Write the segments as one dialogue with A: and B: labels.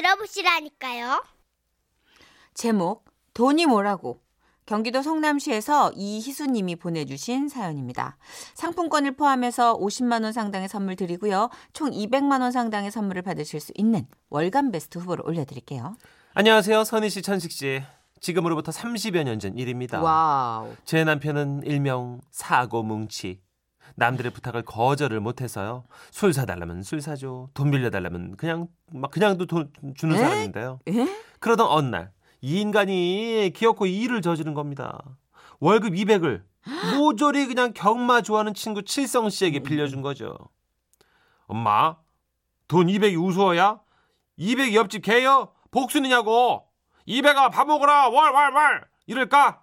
A: 들어보시라니까요.
B: 제목 돈이 뭐라고 경기도 성남시에서 이희수님이 보내주신 사연입니다. 상품권을 포함해서 50만 원 상당의 선물 드리고요. 총 200만 원 상당의 선물을 받으실 수 있는 월간 베스트 후보를 올려드릴게요.
C: 안녕하세요. 선희 씨, 천식 씨. 지금으로부터 30여 년 전 일입니다.
B: 와우.
C: 제 남편은 일명 사고뭉치. 남들의 부탁을 거절을 못해서요. 술 사달라면 술 사죠. 돈 빌려달라면 그냥 막 그냥도 돈 주는
B: 에?
C: 사람인데요.
B: 에?
C: 그러던 어느 날 이 인간이 기어코 일을 저지른 겁니다. 월급 200을 모조리 그냥 경마 좋아하는 친구 칠성 씨에게 빌려준 거죠. 엄마, 돈 200이 우스워야? 200이 옆집 개요? 복순이냐고? 200아 밥 먹으라 왈왈왈 이럴까?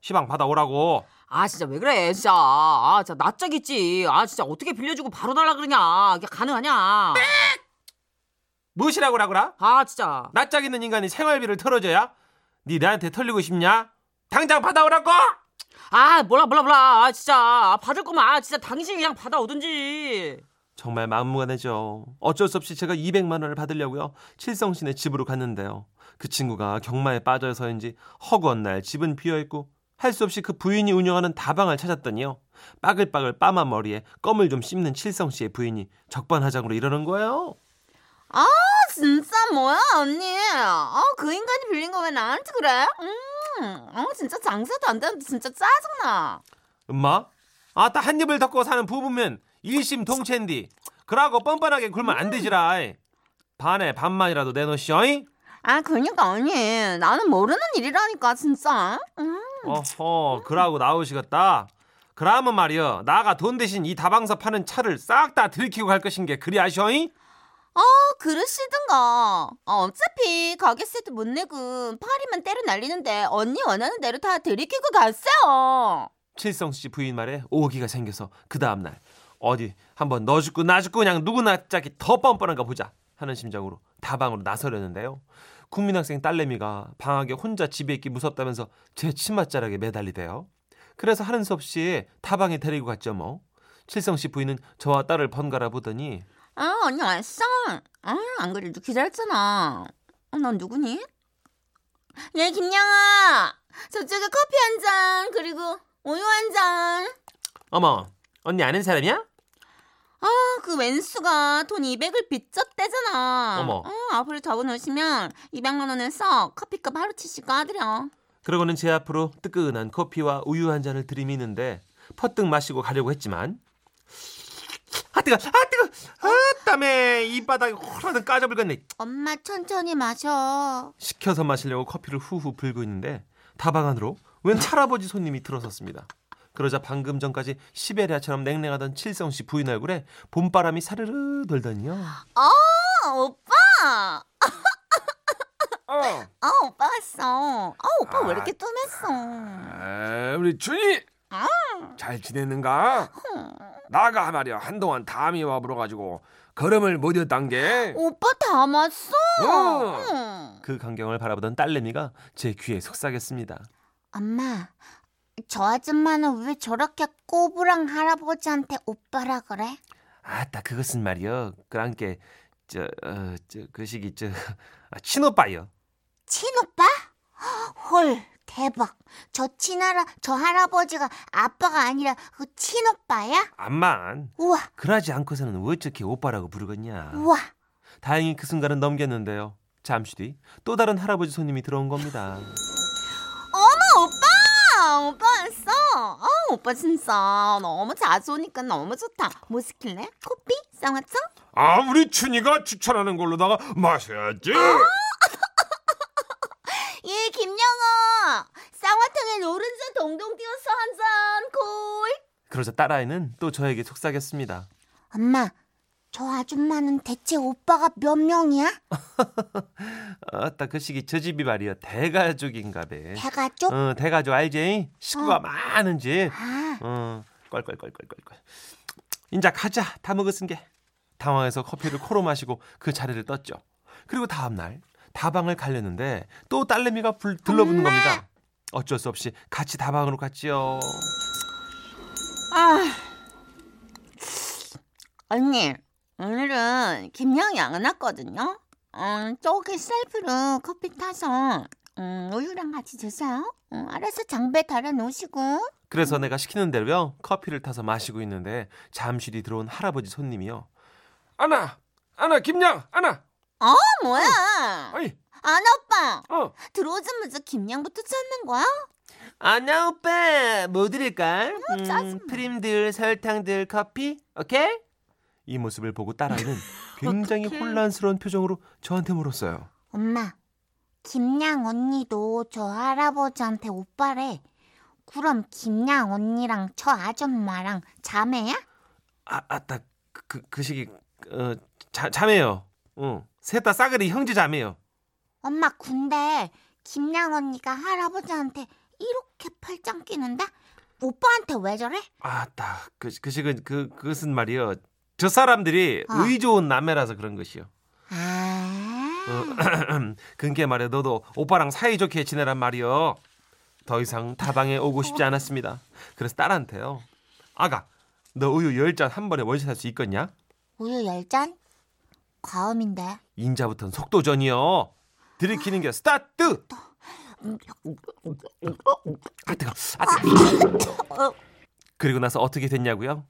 C: 시방 받아오라고.
B: 아 진짜 왜 그래 진짜 아 진짜 낯짝이지 아 진짜 어떻게 빌려주고 바로 달라 그러냐 이게 가능하냐
C: 무엇이라고 라고라?
B: 아 진짜
C: 낯짝 있는 인간이 생활비를 털어줘야? 니 나한테 털리고 싶냐? 당장 받아오라고!
B: 아 몰라 몰라 몰라 아 진짜 아, 받을 거면 아 진짜 당신이 그냥 받아오든지
C: 정말 마음무가내죠. 어쩔 수 없이 제가 200만 원을 받으려고요. 칠성 씨네 집으로 갔는데요. 그 친구가 경마에 빠져서인지 허구한 날 집은 비어 있고 할 수 없이 그 부인이 운영하는 다방을 찾았더니요. 빠글빠글 빠만 머리에 껌을 좀 씹는 칠성 씨의 부인이 적반하장으로 이러는 거예요.
B: 진짜 뭐야 언니 어, 아그 인간이 빌린 거 왜 나한테 그래 음아 어, 진짜 장사도 안 되는데 진짜 짜증나
C: 엄마, 아따 한 입을 덮고 사는 부부면 일심동체인디. 그러고 뻔뻔하게 굴면 안 되지라. 반에 반만이라도 내놓으시오잉.
B: 아 그러니까 언니 나는 모르는 일이라니까 진짜 음.
C: 어허 그러고 나오시겠다 그러면 말이여 나가 돈 대신 이 다방서 파는 차를 싹 다 들키고 갈 것인 게 그리 아셔잉?
B: 어, 그러시든가. 어, 어차피 가게세도 못 내고 파리만 때려 날리는데 언니 원하는 대로 다 들이키고 갔어요.
C: 칠성 씨 부인 말에 오기가 생겨서 그 다음날 어디 한번 너 죽고 나 죽고 그냥 누구나 짝이 더 뻔뻔한가 보자 하는 심정으로 다방으로 나서려는데요 국민학생 딸내미가 방학에 혼자 집에 있기 무섭다면서 제 치맛자락에 매달리대요 그래서 하는 수 없이 다방에 데리고 갔죠 뭐 칠성 씨 부인은 저와 딸을 번갈아 보더니
B: 아, 언니 왔어. 아, 안 그래도 기다렸잖아. 어, 넌 누구니? 예, 김양아. 저쪽에 커피 한 잔, 그리고 우유 한 잔.
C: 어머 언니 아는 사람이야?
B: 아, 그 왼수가 돈 200을 빚졌대잖아.
C: 어머.
B: 어, 앞으로 적어놓으시면 200만 원에서 커피값 하루치씩 까드려.
C: 그러고는 제 앞으로 뜨끈한 커피와 우유 한 잔을 들이미는데 퍼뜩 마시고 가려고 했지만 아 뜨거 아 뜨거 아 땀에 입바닥에 호라는 까져불겠네
B: 엄마 천천히 마셔.
C: 시켜서 마시려고 커피를 후후 불고 있는데 다방 안으로 웬 할아버지 손님이 들어섰습니다. 그러자 방금 전까지 시베리아처럼 냉랭하던 칠성 씨 부인 얼굴에 봄바람이 사르르 돌더니요.
B: 아, 오빠!
D: 어.
B: 아, 오빠 왔어. 아, 오빠 왜 이렇게 뜸했어?
D: 아, 우리 준이 잘 지냈는가? 나가 말이야 한동안 담이 와 불어가지고 걸음을 못 였단 게.
B: 오빠 담았어?
D: 어.
B: 응.
C: 그 광경을 바라보던 딸내미가 제 귀에 속삭였습니다.
B: 엄마, 저 아줌마는 왜 저렇게 꼬부랑 할아버지한테 오빠라 그래?
C: 아따 그것은 말이요 그랑께 어, 저그 시기 저 아, 친오빠요
B: 친오빠? 헐, 대박. 저 친하라, 저 할아버지가 아빠가 아니라 그 친오빠야?
C: 암만
B: 우와,
C: 그러지 않고서는 어떻게 오빠라고 부르겠냐
B: 우와.
C: 다행히 그 순간은 넘겼는데요 잠시 뒤 또 다른 할아버지 손님이 들어온 겁니다
B: 어머 오빠 오빠 왔어 아 오빠 진짜 너무 자주 오니까 너무 좋다 뭐 시킬래 커피 쌍화차
D: 아 우리 준이가 추천하는 걸로다가 마셔야지.
B: 어? 예 김영아 쌍화탕에 노른자 동동 띄워서 한잔콜
C: 그러자 딸아이는 또 저에게 속삭였습니다
B: 엄마 저 아줌마는 대체 오빠가 몇 명이야
C: 아따 그 시기 저 집이 말이요 대가족인가베
B: 대가족
C: 어 대가족 알지 식구가 많은 집
B: 아
C: 어, 껄껄껄껄껄껄. 인자 가자. 다 먹었은 게. 당황해서 커피를 코로 마시고 그 자리를 떴죠. 그리고 다음 날 다방을 가려는데 또 딸내미가 불, 들러붙는 겁니다. 어쩔 수 없이 같이 다방으로 갔지요.
A: 아.
B: 언니 오늘은 김영이 안 왔거든요
A: 음, 저기 셀프로 커피 타서 음, 우유랑 같이 드세요. 음, 알아서 장배 달아 놓으시고. 어,
C: 그래서 내가 시키는 대로요 커피를 타서 마시고 있는데 잠시 뒤 들어온 할아버지 손님이요.
D: 아나 아나 김양 아나
A: 어, 뭐야?
D: 아이
A: 안 오빠
D: 어
A: 들어오자마자 김양부터 찾는 거야?
C: 안녕 오빠 뭐 드릴까?
A: 음, 짜증나.
C: 프림들 설탕들 커피 오케이? 이 모습을 보고 딸아이는 굉장히
B: 어떡해.
C: 혼란스러운 표정으로 저한테 물었어요.
A: 엄마, 김양 언니도 저 할아버지한테 오빠래. 그럼 김양 언니랑 저 아줌마랑 자매야?
C: 아 아따 그그 그 시기 어, 자, 자매요. 응. 셋 다 싸그리 형제 자매요.
A: 엄마 근데 김양 언니가 할아버지한테 이렇게 팔짱 끼는데 오빠한테 왜 저래?
C: 아따 그, 그 시기 그 그것은 말이요. 저 사람들이
A: 아.
C: 의 좋은 남매라서 그런 것이요.
A: 아,
C: 근게 말이야 너도 오빠랑 사이좋게 지내란 말이요 더 이상 다방에 오고 싶지 않았습니다 그래서 딸한테요 아가 너 우유 열 잔 한 번에 원샷 할 수 있겠냐
A: 우유 열 잔? 과음인데.
C: 인자부터는 속도전이요 들이키는 게 스타트 아 뜨거 아 뜨거 그리고 나서 어떻게 됐냐고요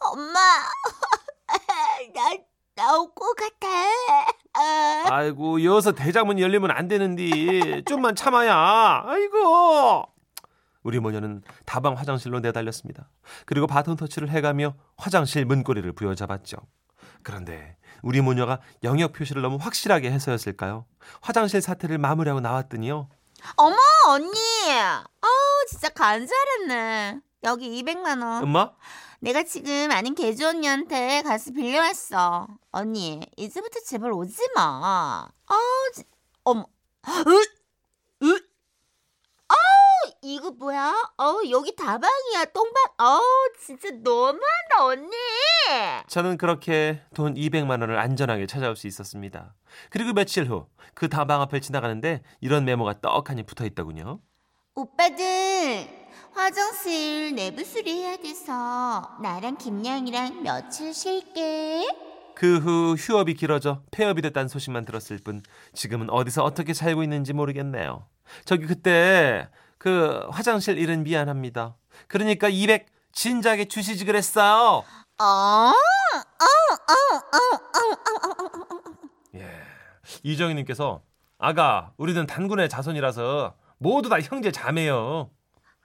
A: 엄마, 나 나올 것 같아. 아,
C: 아이고 여기서 대장문 열리면 안 되는데 좀만 참아야 아이고 우리 모녀는 다방 화장실로 내달렸습니다 그리고 바톤 터치를 해가며 화장실 문고리를 부여잡았죠 그런데 우리 모녀가 영역 표시를 너무 확실하게 해서였을까요 화장실 사태를 마무리하고 나왔더니요
A: 어머 언니, 어 진짜 간절했네. 여기 200만 원.
C: 엄마
A: 내가 지금 아는 개주 언니한테 가서 빌려왔어. 언니, 이제부터 제발 오지 마. 아, 지, 어머. 으, 으. 아, 이거 뭐야? 어, 여기 다방이야, 똥방. 어, 진짜 너무한다, 언니.
C: 저는 그렇게 돈 200만 원을 안전하게 찾아올 수 있었습니다 그리고 며칠 후 그 다방 앞을 지나가는데 이런 메모가 떡하니 붙어있더군요
A: 오빠들, 화장실 내부 수리해야 돼서 나랑 김양이랑 며칠 쉴게.
C: 그 후 휴업이 길어져 폐업이 됐다는 소식만 들었을 뿐 지금은 어디서 어떻게 살고 있는지 모르겠네요. 저기 그때 그 화장실 일은 미안합니다. 그러니까 200 진작에 주시지 그랬어요.
A: 어, 어, 어, 어.
C: 이정희님께서 아가 우리는 단군의 자손이라서 모두 다 형제 자매요.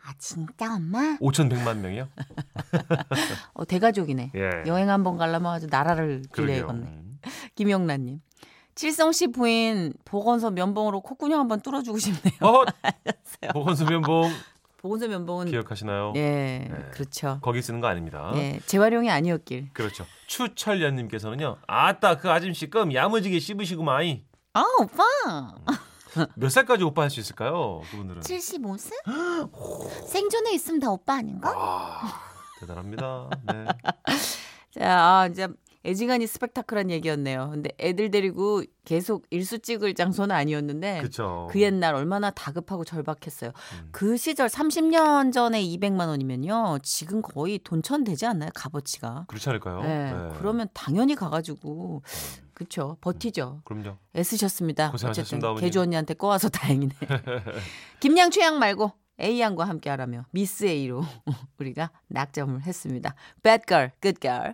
A: 아, 진짜 엄마?
C: 5,100만 명이요?
B: 어, 대가족이네.
C: 예.
B: 여행 한번 가려면 아주 나라를 길래야겠네.
C: 음.
B: 김영란님. 칠성 씨 부인 보건소 면봉으로 콧구녕 한번 뚫어주고 싶네요.
C: 어헛! 보건소 면봉
B: 보건소 면봉은
C: 기억하시나요?
B: 예, 그렇죠.
C: 거기 쓰는 거 아닙니다.
B: 예, 재활용이 아니었길.
C: 그렇죠. 추철연님께서는요. 아따 그 아줌씨 껌 야무지게 씹으시구마이.
A: 아, 오빠.
C: 몇 살까지 오빠 할 수 있을까요? 그분들은
A: 75세? 생존에 있으면 다 오빠 아닌가?
C: 대단합니다. 네.
B: 자, 아, 이제 애지간히 스펙타클한 얘기였네요. 근데 애들 데리고 계속 일수 찍을 장소는 아니었는데 그,
C: 그렇죠.
B: 옛날 얼마나 다급하고 절박했어요.
C: 음.
B: 그 시절 30년 전에 200만 원이면요. 지금 거의 돈천 되지 않나요? 값어치가.
C: 그렇지 않을까요?
B: 네, 그러면 당연히 가가지고 그쵸 버티죠.
C: 그럼요.
B: 애쓰셨습니다. 어쨌든
C: 고생하셨습니다, 아버님.
B: 개주 언니한테 꼬아서 다행이네. 김양 최양 말고 A 양과 함께하라며 미스 A로 우리가 낙점을 했습니다. Bad girl, good girl.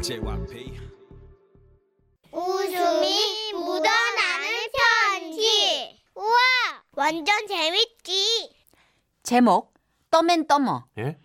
E: JYP.
F: 웃음이 묻어나는 편지. 우와, 완전 재밌지.
B: 제목 떠맨 떠머.
C: 예?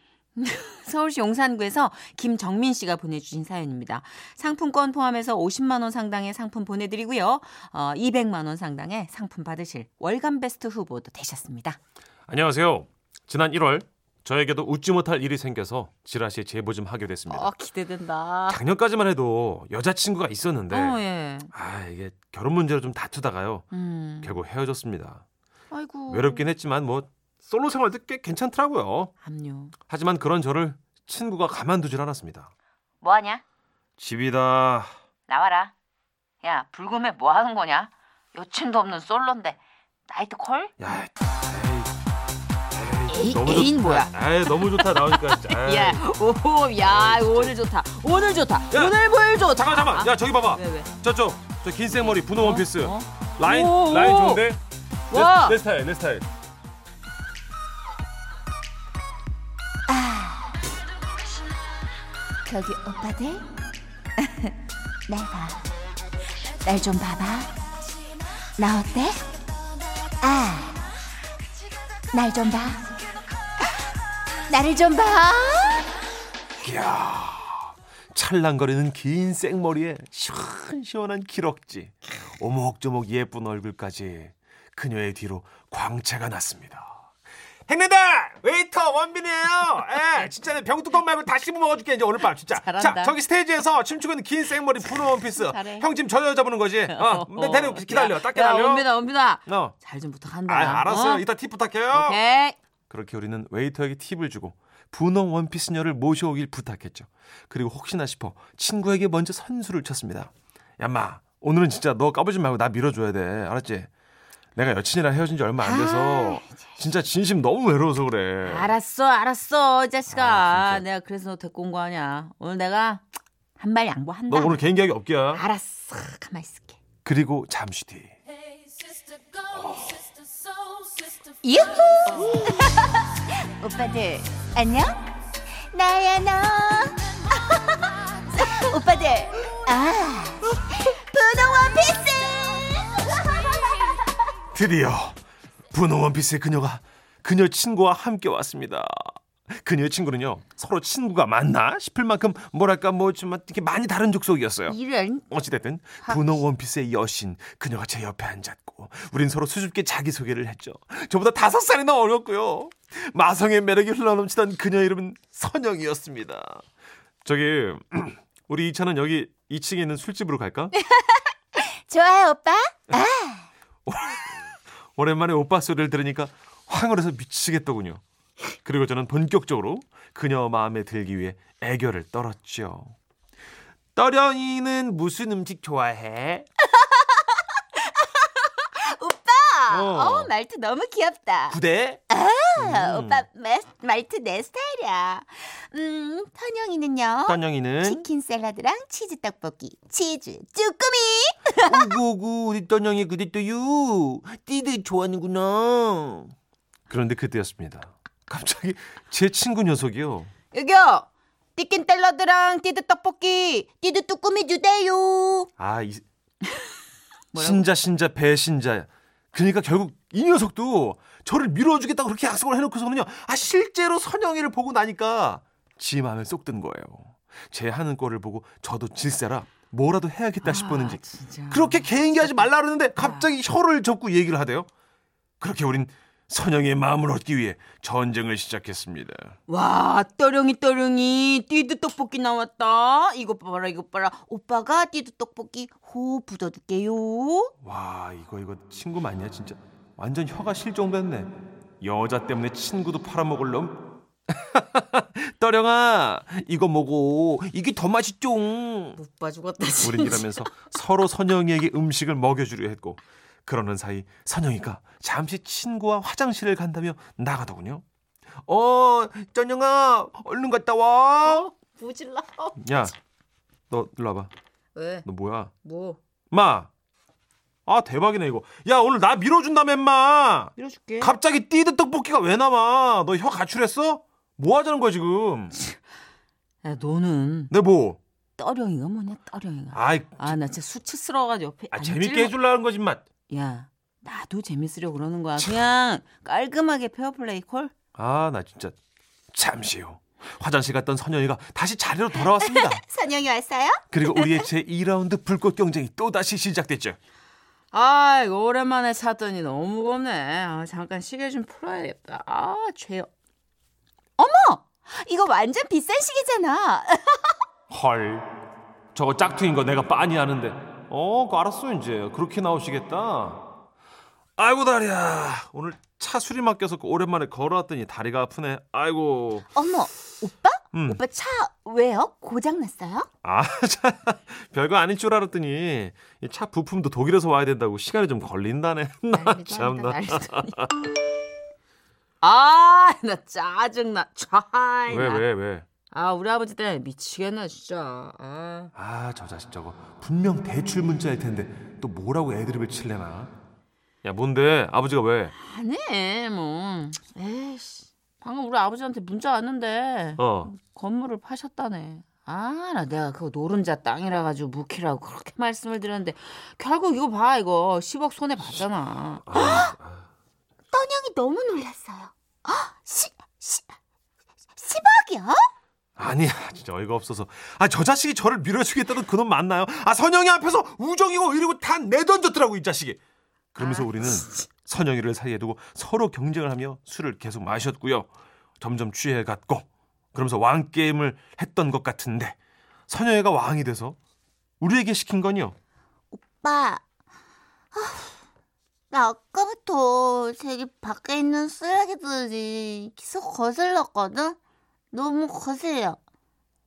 B: 서울시 용산구에서 김정민 씨가 보내주신 사연입니다. 상품권 포함해서 50만 원 상당의 상품 보내드리고요. 어, 200만 원 상당의 상품 받으실 월간 베스트 후보도 되셨습니다.
C: 안녕하세요. 지난 1월 저에게도 웃지 못할 일이 생겨서 지라시 제보 좀 하게 됐습니다.
B: 어, 기대된다.
C: 작년까지만 해도 여자친구가 있었는데
B: 아. 어, 예.
C: 아 이게 결혼 문제로 좀 다투다가요
B: 음.
C: 결국 헤어졌습니다.
B: 아이고.
C: 외롭긴 했지만 뭐 솔로 생활도 꽤 괜찮더라고요.
B: 압류.
C: 하지만 그런 저를 친구가 가만두질 않았습니다.
B: 뭐하냐?
C: 집이다.
B: 나와라. 야, 불금에 뭐 하는 거냐? 여친도 없는 솔로인데 나이트 콜?
C: 야,
B: 이
C: 너무 좋-
B: 개인 뭐야?
C: 아이 너무 좋다 나오니까 진짜. 아이.
B: 예. 오, 야, 오늘 좋다. 오늘 좋다.
C: 야.
B: 오늘 보일 좋다.
C: 잠깐 잠깐. 야 저기 봐봐.
B: 왜 왜?
C: 저쪽 저 긴생머리 분홍
B: 아.
C: 원피스
B: 네, 어?
C: 라인
B: 오,
C: 라인
B: 오.
C: 좋은데. 내-
B: 와.
C: 내, 스타일 내 스타일.
A: 저기 오빠들 날 봐. 날 좀 봐봐. 나 어때? 아. 날 좀 봐. 나를 좀 봐.
C: 찰랑거리는 긴 생머리에 시원시원한 기럭지, 오목조목 예쁜 얼굴까지 그녀의 뒤로 광채가 났습니다. 행내다 웨이터 원빈이에요. 예, 진짜 내 병뚜껑 말고 다 씹어 먹어줄게 이제 오늘 밤 진짜.
B: 잘한다.
C: 자, 저기 스테이지에서 춤추고 있는 긴 생머리 푸른 원피스.
B: 잘해.
C: 형 지금 저 여자 보는 거지. 어, 내 데리고 기다려,
B: 야,
C: 딱
B: 야,
C: 기다려.
B: 원빈아, 원빈아.
C: 어,
B: 잘 좀 부탁한다.
C: 아, 알았어요.
B: 어?
C: 이따 네. 팁 부탁해요.
B: 오케이.
C: 그렇게 우리는 웨이터에게 팁을 주고 분홍 원피스녀를 모셔오길 부탁했죠. 그리고 혹시나 싶어 친구에게 먼저 선수를 쳤습니다. 야마 오늘은 진짜 너 까불지 말고 나 밀어줘야 돼. 알았지? 내가 여친이랑 헤어진 지 얼마 안 돼서 진짜 진심 너무 외로워서 그래.
B: 아, 알았어, 알았어, 이 자식아.
C: 아, 진짜.
B: 내가 그래서 너 데리고 온 거 아니야. 오늘 내가 한 발 양보한다.
C: 너 오늘 개인 계약이 없기야.
B: 알았어, 가만 있을게.
C: 그리고 잠시 뒤
A: 유후! 오빠들 안녕? 나야 너. 오빠들 아 분홍 원피스.
C: 드디어 분홍 원피스의 그녀가 그녀 친구와 함께 왔습니다. 그녀 친구는요 서로 친구가 맞나 싶을 만큼 뭐랄까 뭐좀 이렇게 많이 다른 족속이었어요.
B: 이런.
C: 어찌됐든 분홍 원피스의 여신 그녀가 제 옆에 앉았고 우린 서로 수줍게 자기소개를 했죠 저보다 다섯 살이나 어렸고요 마성의 매력이 흘러넘치던 그녀 이름은 선영이었습니다 저기 우리 이차는 여기 2층에 있는 술집으로 갈까?
A: 좋아요 오빠.
C: 오랜만에 오빠 소리를 들으니까 황홀해서 미치겠더군요 그리고 저는 본격적으로 그녀 마음에 들기 위해 애교를 떨었죠 떠령이는 무슨 음식 좋아해?
A: 오빠.
C: 어.
A: 어 말투 너무 귀엽다.
C: 부대?
A: 아, 오빠 마, 말투 내 스타일이야. 음 선영이는요.
C: 떠령이는
A: 치킨 샐러드랑 치즈 떡볶이, 치즈 쭈꾸미.
C: 오구오구 우리 떠냥이 그대 또유 띠들 좋아하는구나 그런데 그때였습니다 갑자기 제 친구 녀석이요
B: 여기요. 띠낀 샐러드랑 띠드 떡볶이, 띠드 뚜꾸미 주대요.
C: 아 이,
B: 뭐라고?
C: 신자 신자 배신자 그러니까 결국 이 녀석도 저를 밀어주겠다고 그렇게 약속을 해놓고서는요 아 실제로 선영이를 보고 나니까 지 마음에 쏙 든 거예요 제 하는 꼴을 보고 저도 질세라 뭐라도 해야겠다 싶었는지
B: 아, 진짜.
C: 그렇게 개인기하지 말라 그러는데 갑자기 혀를 접고 얘기를 하대요. 그렇게 우린 선영의 마음을 얻기 위해 전쟁을 시작했습니다.
B: 와, 떠령이 떠령이 띠드 떡볶이 나왔다. 이것 봐라, 이것 봐라. 오빠가 띠드 떡볶이 호 부어줄게요.
C: 와 이거 이거 친구 맞냐 진짜 완전 혀가 실종됐네. 여자 때문에 친구도 팔아먹을 놈. 떠령아 이거 먹어 이게 더 맛있죠.
B: 오빠 죽었다 진짜.
C: 우린 이러면서 서로 선영이에게 음식을 먹여주려 했고 그러는 사이 선영이가 잠시 친구와 화장실을 간다며 나가더군요. 어, 전영아, 얼른 갔다
B: 어,
C: 와.
B: 부질라.
C: 야, 너 일로 와봐.
B: 왜?
C: 너 뭐야?
B: 뭐?
C: 마. 아 대박이네 이거. 야 오늘 나 밀어준다며 마.
B: 밀어줄게.
C: 갑자기 띠드 떡볶이가 왜 남아? 너 혀 가출했어? 뭐 하자는 거야 지금?
B: 야, 너는
C: 내 뭐?
B: 떠령이가 뭐냐, 떠령이가.
C: 아이,
B: 아, 나 진짜 수치스러워가지고 옆에.
C: 아
B: 안
C: 재밌게
B: 어, 찔러-
C: 해주려는 거지 마.
B: 야, 나도 재밌으려 고 그러는 거야. 그냥 깔끔하게 페어플레이 콜.
C: 아 나 진짜 잠시 후 화장실 갔던 선영이가 다시 자리로 돌아왔습니다.
A: 선영이 왔어요?
C: 그리고 우리의 제 2라운드 불꽃 경쟁이 또 다시 시작됐죠.
B: 아, 이거 오랜만에 샀더니 너무 겁네. 아, 잠깐 시계 좀 풀어야겠다. 아, 죄.
A: 이거 완전 비싼 시계잖아.
C: 헐, 저거 짝퉁인 거 내가 빤히 아는데. 어, 그거 알았어 이제 그렇게 나오시겠다. 아이고 다리야. 오늘 차 수리 맡겨서 그 오랜만에 걸어왔더니 다리가 아프네. 아이고.
A: 어머, 오빠?
C: 음.
A: 오빠 차 왜요? 고장 났어요?
C: 아, 자, 별거 아닌 줄 알았더니 이 차 부품도 독일에서 와야 된다고 시간이 좀 걸린다네. 나 참나.
B: 아, 나 짜증나. 짜이.
C: 왜 왜 왜?
B: 아, 우리 아버지 때문에 미치겠네, 진짜. 아.
C: 아 저 자식 저거 분명 대출 문자일 텐데 또 뭐라고 애드립을 칠래나? 야 뭔데 아버지가 왜?
B: 아니, 뭐. 에이씨. 방금 우리 아버지한테 문자 왔는데
C: 어
B: 건물을 파셨다네. 아, 나 내가 그거 노른자 땅이라 가지고 묵히라고 그렇게 말씀을 드렸는데 결국 이거 봐, 이거 10억 손해 봤잖아.
A: 떠녕이 너무 놀랐어요. 아, 시, 시, 10억이요?
C: 아니야 진짜 어이가 없어서 아 저 자식이 저를 밀어주겠다던 그놈 맞나요? 아 선영이 앞에서 우정이고 의리고 다 내던졌더라고 이 자식이 그러면서 우리는 선영이를 사이에 두고 서로 경쟁을 하며 술을 계속 마셨고요 점점 취해갔고 그러면서 왕게임을 했던 것 같은데 선영이가 왕이 돼서 우리에게 시킨 건요
A: 오빠, 아, 나 아까부터 저기 밖에 있는 쓰레기들이 계속 거슬렸거든? 너무 거슬려.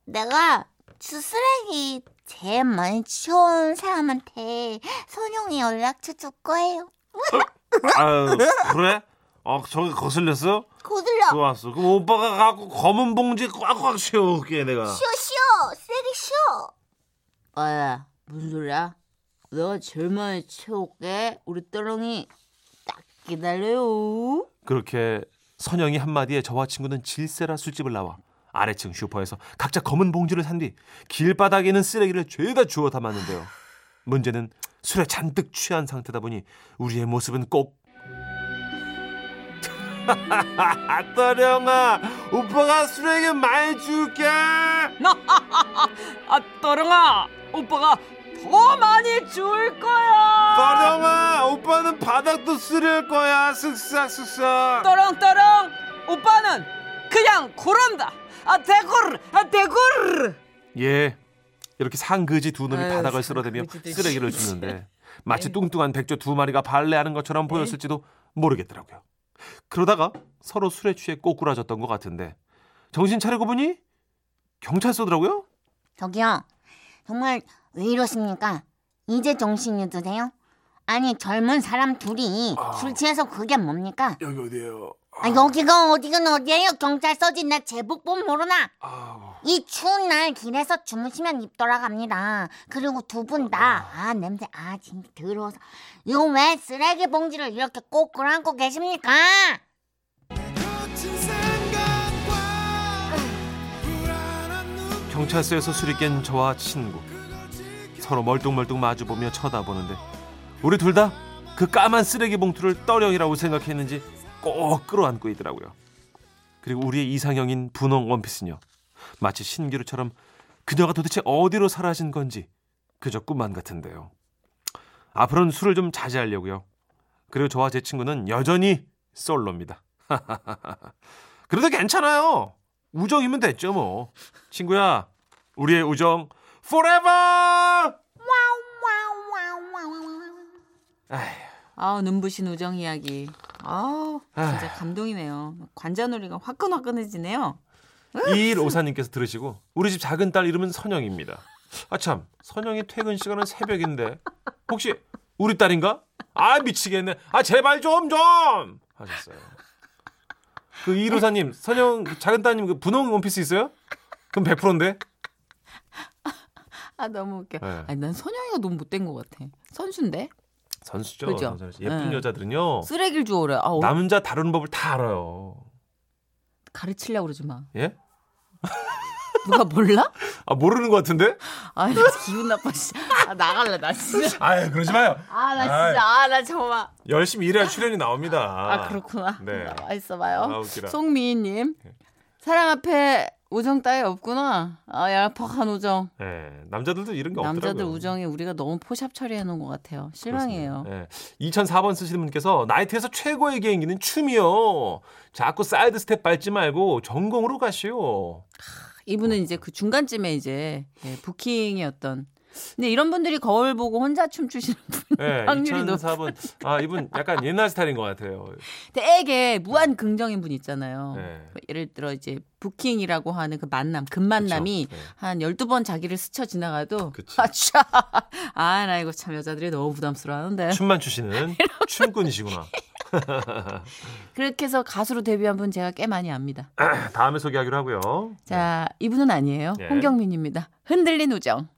A: 내가 주 쓰레기 제일 많이 치워온 사람한테 선영이 연락처 줄 거예요.
C: 아 그래? 아 저기 거슬렸어?
A: 거슬려!
C: 좋았어 그럼 오빠가 갖고 검은 봉지 꽉꽉 채워올게 내가
A: 쉬어, 쉬어! 쓰레기 쉬어!
B: 아야, 무슨 소리야? 내가 제일 많이 채울게. 우리 떠렁이 딱 기다려요.
C: 그렇게 선영이 한마디에 저와 친구는 질세라 술집을 나와 아래층 슈퍼에서 각자 검은 봉지를 산 뒤 길바닥에 있는 쓰레기를 죄다 주워 담았는데요. 문제는 술에 잔뜩 취한 상태다 보니 우리의 모습은 꼭 떠령아 오빠가 쓰레기 많이 줄게
B: 아, 떠렁아, 오빠가 더 많이 줄 거야.
C: 떠령아 오빠는 바닥도 쓰릴 거야 쓱싹쓱싹
B: 떠렁떠렁, 오빠는 그냥 고른다. 아, 대굴, 아, 대굴.
C: 예. 이렇게 상그지 두 놈이
B: 아유, 예.
C: 바닥을 쓸어대며
B: 상그지들
C: 쓰레기를 줍는데 마치 뚱뚱한 백조 두 마리가 발레하는
B: 예.
C: 것처럼 보였을지도 모르겠더라고요. 그러다가 서로 술에 취해 꼬꾸라졌던 것 같은데 정신 차리고 보니 경찰서더라고요.
A: 저기요, 정말 왜 이러십니까? 이제 정신이 드세요? 아니 젊은 사람 둘이 술 취해서 그게 뭡니까?
D: 아. 여기 어디예요?
A: 아, 여기가 어디긴 어디예요? 경찰서지 나 제복본 모르나?
D: 아우.
A: 이 추운 날 길에서 주무시면 입 돌아갑니다. 그리고 두 분 다 아 냄새 아 진짜 더러워서 이거 왜 쓰레기 봉지를 이렇게 꼬꾸라 안고 계십니까?
C: 경찰서에서 술이 깬 저와 친구 서로 멀뚱멀뚱 마주보며 쳐다보는데 우리 둘 다 그 까만 쓰레기 봉투를 떠령이라고 생각했는지 꼭 끌어안고 있더라고요. 그리고 우리의 이상형인 분홍 원피스녀 마치 신기루처럼 그녀가 도대체 어디로 사라진 건지 그저 꿈만 같은데요. 앞으로는 술을 좀 자제하려고요. 그리고 저와 제 친구는 여전히 솔로입니다. 그래도 괜찮아요. 우정이면 됐죠 뭐. 친구야, 우리의 우정 forever.
B: 아, 눈부신 우정 이야기. 아, 진짜 감동이네요. 관자놀이가 화끈화끈해지네요.
C: 2일 오사님께서 들으시고 우리 집 작은 딸 이름은 선영입니다. 아참, 선영이 퇴근 시간은 새벽인데 혹시 우리 딸인가? 아 미치겠네. 아 제발 좀 좀. 하셨어요. 그 2일 오사님, 선영 그 작은 따님 그 분홍 원피스 있어요? 그럼 100%인데.
B: 아, 너무 웃겨.
C: 네.
B: 아니, 난 선영이가 너무 못된 것 같아. 선수인데?
C: 선수죠.
B: 그죠?
C: 선수. 예쁜
B: 네.
C: 여자들은요.
B: 쓰레기를 주워오래. 아, 어,
C: 남자 다루는 법을 다 알아요.
B: 가르치려고 그러지 마.
C: 예?
B: 누가 몰라?
C: 아 모르는 것 같은데?
B: 아, 나 기분 나빠. 진짜. 아, 나갈래, 나 진짜.
C: 아 그러지 마요.
B: 아, 나 진짜. 아, 나 정말.
C: 열심히 일해야 출연이 나옵니다.
B: 아 그렇구나.
C: 네.
B: 나와 있어봐요.
C: 아, 웃기다. 네.
B: 송미희님 사랑 앞에 우정 따위 없구나. 아 얄팍한 우정.
C: 네, 남자들도 이런 게
B: 남자들
C: 없더라고요.
B: 우정에 우리가 너무 포샵 처리해 놓은 것 같아요. 실망이에요.
C: 네. 2004번 쓰시는 분께서 나이트에서 최고의 개인기는 춤이요. 자꾸 사이드 스텝 밟지 말고 전공으로 가시오.
B: 이분은 이제 그 중간쯤에 이제 예, 부킹의 어떤. 근데 이런 분들이 거울 보고 혼자 춤추시는 분
C: 네,
B: 확률이 높아.
C: 2004번 아 이분 약간 옛날 스타일인 것 같아요.
B: 되게 무한 긍정인 분 있잖아요. 뭐
C: 네.
B: 예를 들어 이제 부킹이라고 하는 그 만남, 금만남이
C: 그쵸, 네.
B: 한 12번 자기를 스쳐 지나가도
C: 그치.
B: 아차.
C: 예.
B: 아, 나 이거 참 여자들이 너무 부담스러워하는데.
C: 춤만 추시는 춤꾼이시구나.
B: 그렇게 해서 가수로 데뷔한 분 제가 꽤 많이 압니다.
C: 다음에 소개하기로 하고요.
B: 자, 이분은 아니에요.
C: 아, 네. 네.
B: 홍경민입니다. 흔들린 우정.